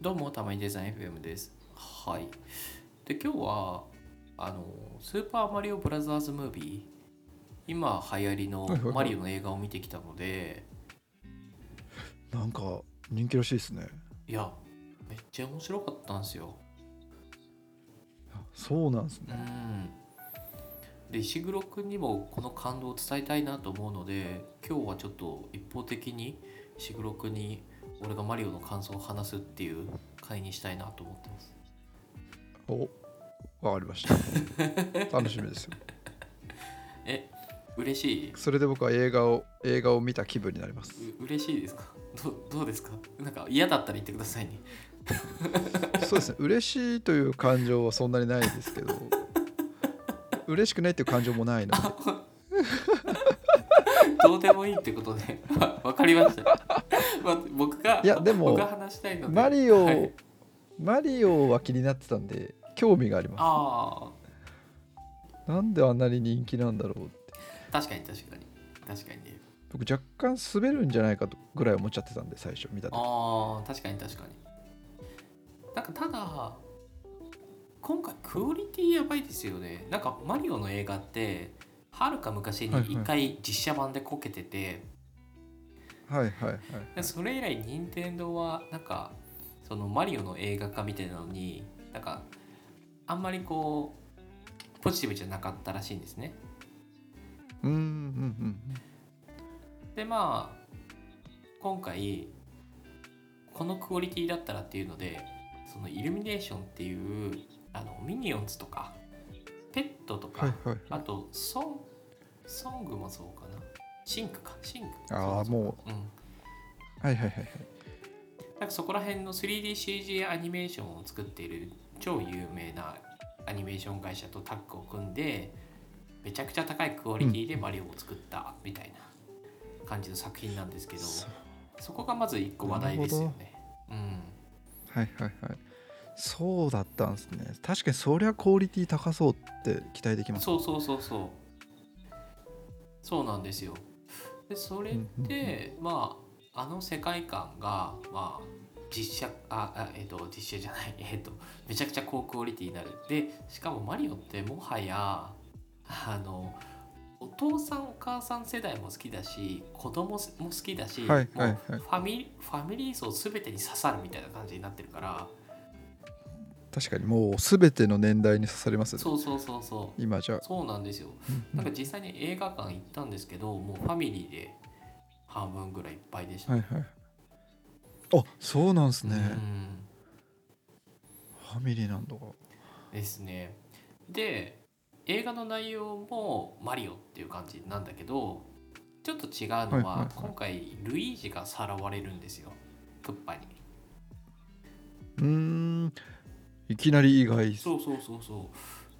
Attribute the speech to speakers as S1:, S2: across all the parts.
S1: どうもたまにデザイン FM ですはいで今日はあの「スーパーマリオブラザーズ・ムービー」今流行りの
S2: はいはいはい
S1: マリオの映画を見てきたので
S2: なんか人気らしいですね
S1: いやめっちゃ面白かったんですよ
S2: あそうなんです
S1: う
S2: ね
S1: んで石黒君にもこの感動を伝えたいなと思うので今日はちょっと一方的に石黒君に俺がマリオの感想を話すっていう回にしたいなと思ってます
S2: おわかりました 楽しみですよ
S1: え嬉しい
S2: それで僕は映画を映画を見た気分になります
S1: う嬉しいですかどうどうですかなんか嫌だったら言ってくださいね
S2: そうですね嬉しいという感情はそんなにないですけど嬉しくないっていう感情もないので
S1: どうでもいいってことで わわかりました、 まあ、僕が
S2: いやでも
S1: 僕が話したいので
S2: マリオ、
S1: はい
S2: マリオは気になってたんで興味がありま
S1: あ
S2: すなんであんなに人気なんだろうって
S1: あ確かに確かに確かにね
S2: 僕若干滑るんじゃないかとぐらい思っちゃってたんで最初見た時
S1: あー確かに確かになんかただ今回クオリティやばいですよねなんかマリオの映画ってはるか昔に一回実写版でこけてて、
S2: はいはいはい
S1: でそれ以来任天堂はなんかそのマリオの映画化みたいなのになんかあんまりこうポジティブじゃなかったらしいんですね
S2: うんうんうん
S1: でまあ今回このクオリティだったらっていうのでそのイルミネーションっていうあのミニオンズとかペットとか、
S2: はいはい
S1: あとソンソングもそうかなシンクかシンク
S2: ああ
S1: そう
S2: も
S1: そううん
S2: うはいはいはいはい
S1: なんかそこら辺の 3DCG アニメーションを作っている超有名なアニメーション会社とタッグを組んでめちゃくちゃ高いクオリティでマリオを作ったみたいな感じの作品なんですけど、
S2: そう
S1: そこがまず一個話題ですよね。うん、
S2: はいはいはいそうだったんですね確かにそりゃクオリティ高そうって期待できます
S1: そうそうそうそうそうなんですよでそれで、まああの世界観がまあ実写ああえっ、と実写じゃない えっ、とめちゃくちゃ高クオリティになるでしかもマリオってもはやあのお父さんお母さん世代も好きだし子供も好きだし、
S2: はいはいはい
S1: もうファミリファミリー層全てに刺さるみたいな感じになってるから
S2: 確かにもう全ての年代に刺されますね
S1: そうそうそうそう
S2: 今じゃ
S1: そうなんですよなんか実際に映画館行ったんですけど、もうファミリーで半分ぐらいいっぱいでした。
S2: はいはいあそうなんですね、
S1: うん
S2: ファミリーなんだが
S1: ですね。で、映画の内容もマリオっていう感じなんだけど、ちょっと違うのは、
S2: はいはいはい
S1: 今回ルイージがさらわれるんですよ、クッパに。
S2: うーんいきなり意外っす
S1: そうそうそうそ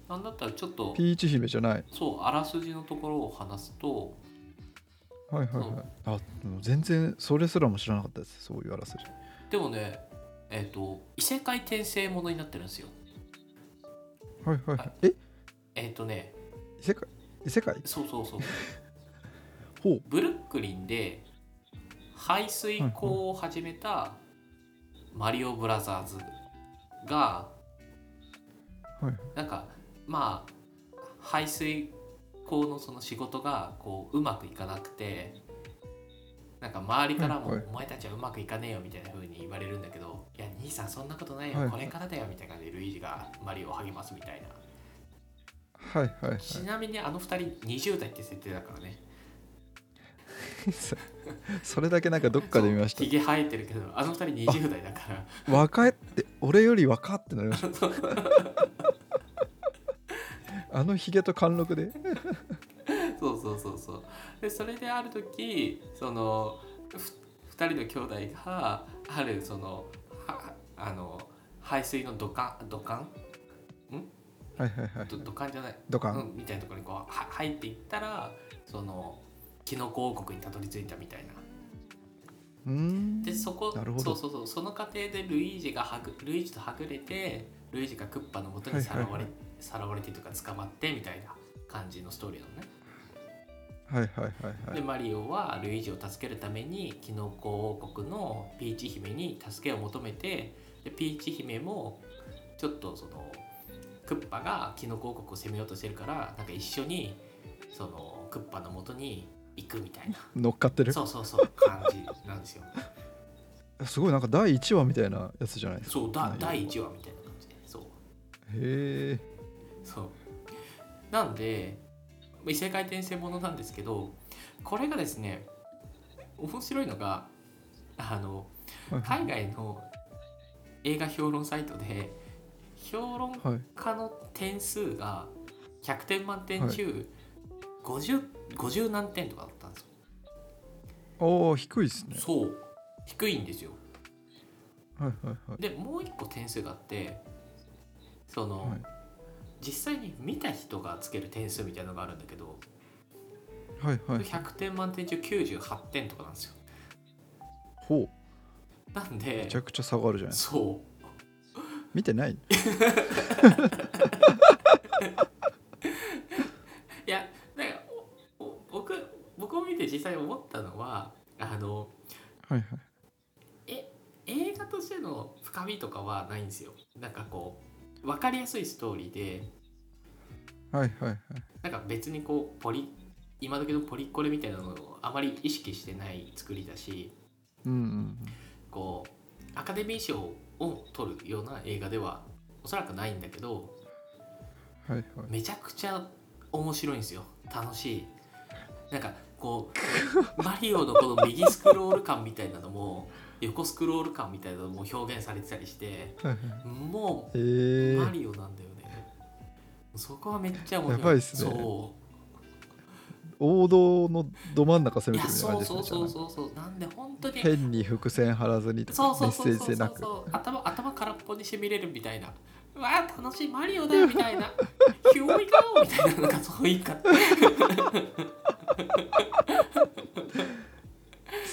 S1: う。なんだったらちょっと、
S2: ピーチ姫じゃない
S1: そう、あらすじのところを話すと、
S2: はいはいはいあでも全然それすらも知らなかったですそう言われせる
S1: でもね、えっ、と、異世界転生ものになってるんですよ。
S2: はいはいはいえ
S1: えっ、とね、
S2: 異世界異世界
S1: そうそうそう。
S2: ほう
S1: ブルックリンで排水溝を始めたマリオブラザーズが
S2: はい
S1: なんかまあ排水溝のその仕事がこううまくいかなくてなんか周りからも
S2: はいはい
S1: 「お前たちはうまくいかねえよ」みたいな風に言われるんだけど「いや兄さんそんなことない
S2: はい
S1: よ
S2: はい
S1: これからだよ」みたいな感じでルイージがマリオを励ますみたいな
S2: はいはい はい
S1: ちなみにあの2人20代って設定だからね
S2: そ それだけなんかどっかで見まし
S1: ひげ生えてるけどあの2人20代だから
S2: た若いって俺より若ってなりました あのヒゲと貫禄で
S1: そうそうそうそうでそれである時そのふ2人の兄弟があるそのはあの排水の土管土管
S2: はいはいはい
S1: ど土管じゃない、
S2: ドカ
S1: う
S2: ン
S1: ん、みたいなところにこうは入っていったらそのキノコ王国にたどり着いたみたいな
S2: うーん
S1: でそこ
S2: なるほど
S1: そうそうそうその過程でルイージがはぐルイージとはぐれてルイージがクッパの元にさらわ
S2: はいはい
S1: れ
S2: は
S1: さらわれてというか捕まってみたいな感じのストーリーなのね
S2: はいはいはいは
S1: で
S2: い
S1: マリオはルイージを助けるためにキノコ王国のピーチ姫に助けを求めてでピーチ姫もちょっとそのクッパがキノコ王国を攻めようとしてるからなんか一緒にそのクッパのもとに行くみたいな
S2: 乗っかってる
S1: そうそうそう感じなんですよ
S2: すごいなんか第1話みたいなやつじゃないですか
S1: そうだ
S2: 内容
S1: 第1話みたいな感じでそう
S2: へえ
S1: そうなんで異世界転生ものなんですけどこれがですね面白いのがあの海外の映画評論サイトで評論
S2: はい
S1: 家の点数が100点満点中、50, 50何点とかだったんですよ。
S2: おお低いですね
S1: そう低いんですよ。
S2: はいはいはい
S1: でもう一個点数があってその、
S2: はい
S1: 実際に見た人がつける点数みたいなのがあるんだけど
S2: はいはい
S1: 100点満点中98点とかなんですよ。
S2: ほう
S1: なんで
S2: めちゃくちゃ差があるじゃない
S1: そう
S2: 見てない
S1: いやだからおお僕僕を見て実際思ったのはあの
S2: はいはい
S1: 映画としての深みとかはないんですよなんかこう分かりやすいストーリーで
S2: はいはいはい
S1: なんか別にこうポリ今時のポリコレみたいなのをあまり意識してない作りだし
S2: うんうん
S1: こうアカデミー賞を取るような映画ではおそらくないんだけど
S2: はいはい
S1: めちゃくちゃ面白いんですよ楽しいなんかこう マリオのこの右スクロール感みたいなのも横スクロール感みたいなのも表現されてたりして
S2: はいはい
S1: も
S2: え
S1: う
S2: ー
S1: マリオなんだよねそこはめっちゃ面白い
S2: やばいっすね
S1: そ
S2: 王道のど真ん中
S1: うい
S2: 攻め
S1: や
S2: てるみたいな
S1: そ
S2: 感
S1: うそう
S2: じですね
S1: そうそうそうなんで本当に
S2: 変に伏線張らずにと
S1: そう
S2: か
S1: そ
S2: メ
S1: う
S2: ッ
S1: そ
S2: セ
S1: うそう
S2: ージ性
S1: そ
S2: な
S1: う
S2: く
S1: そう頭頭空っぽにしびれるみたいなうわー楽しいマリオだよみたいな Here we go! みたいななんかそういうか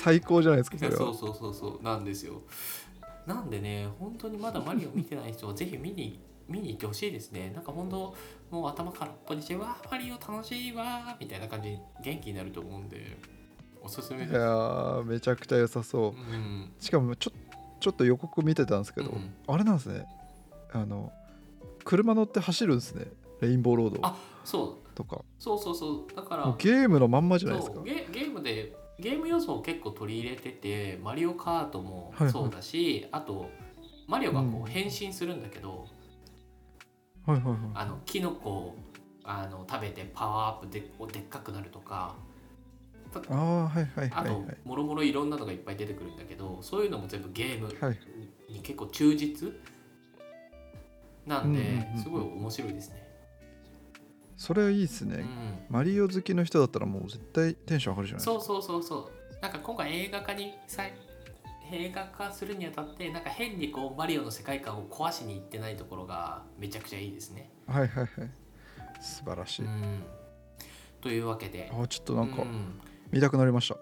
S2: 最高じゃないですかそれは
S1: そうそうそうそうなんですよなんでね本当にまだマリオ見てない人はぜひ見に 見に行ってほしいですねなんか本当もう頭空っぽにしてわあマリオ楽しいわーみたいな感じに元気になると思うんでおすすめ
S2: い
S1: です
S2: やーめちゃくちゃ良さそう
S1: う、ん、
S2: しかもちょちょっと予告見てたんですけど、
S1: うん
S2: あれなんですねあの車乗って走るんですねレインボーロード
S1: あそう
S2: とか
S1: そうそうそうだから
S2: もうゲームのまんまじゃないです
S1: そ
S2: か
S1: うゲゲームでゲーム要素を結構取り入れてて「マリオカート」も
S2: はいはい
S1: そうだし、あとマリオがこ
S2: うん
S1: う変身するんだけど、
S2: はいはい
S1: あのキノコをあの食べてパワーアップでこうでっかくなるとか
S2: はいああーはいはい
S1: あ
S2: はい
S1: と、
S2: はい
S1: もろもろいろんなのがいっぱい出てくるんだけどそういうのも全部ゲーム
S2: はい
S1: に結構忠実なんで、
S2: うんうんうんうん
S1: すごい面白いですね。
S2: それはいいですね、
S1: うん
S2: マリオ好きの人だったらもう絶対テンション上がるじゃないですか
S1: そうそうそうそうなんか今回映画化にさ映画化するにあたってなんか変にこうマリオの世界観を壊しにいってないところがめちゃくちゃいいですね。
S2: はいはいはい素晴らし
S1: う
S2: い、
S1: ん、というわけで
S2: ああちょっとなんか
S1: うん
S2: 見たくなりました、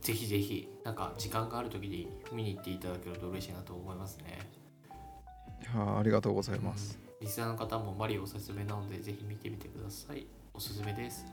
S1: ぜひぜひなんか時間がある時に見に行っていただけると嬉しいなと思いますね。
S2: いやーありがとうございます、
S1: うんリスナーの方もマリオおすすめなのでぜひ見てみてください。おすすめです。